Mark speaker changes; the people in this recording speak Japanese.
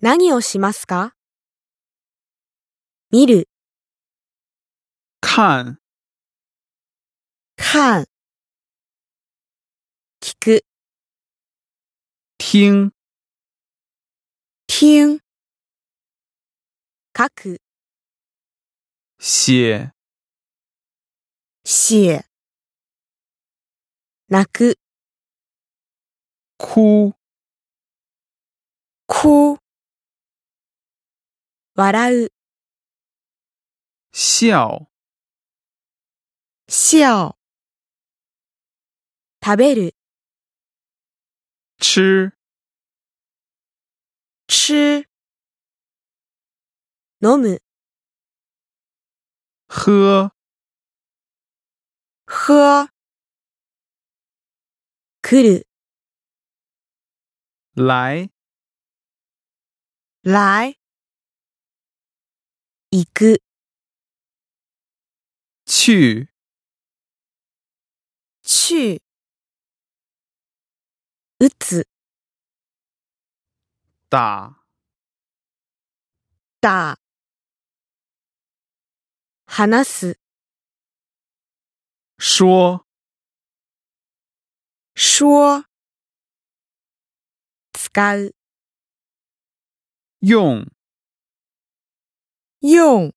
Speaker 1: 何をしますか見る、
Speaker 2: 看、
Speaker 1: 看。聞く、
Speaker 2: 听、
Speaker 1: 听。書く、
Speaker 2: 写、
Speaker 1: 写。泣く、
Speaker 2: 哭、
Speaker 1: 哭。笑う、
Speaker 2: 笑、
Speaker 1: 笑。食べる、
Speaker 2: 吃、
Speaker 1: 吃。飲む、
Speaker 2: 喝、
Speaker 1: 喝。来る、
Speaker 2: 来、
Speaker 1: 来。行く、
Speaker 2: 去、
Speaker 1: 去。打つ、
Speaker 2: 打、
Speaker 1: だ。話す、
Speaker 2: 说、
Speaker 1: 说。使う、
Speaker 2: 用。
Speaker 1: 用。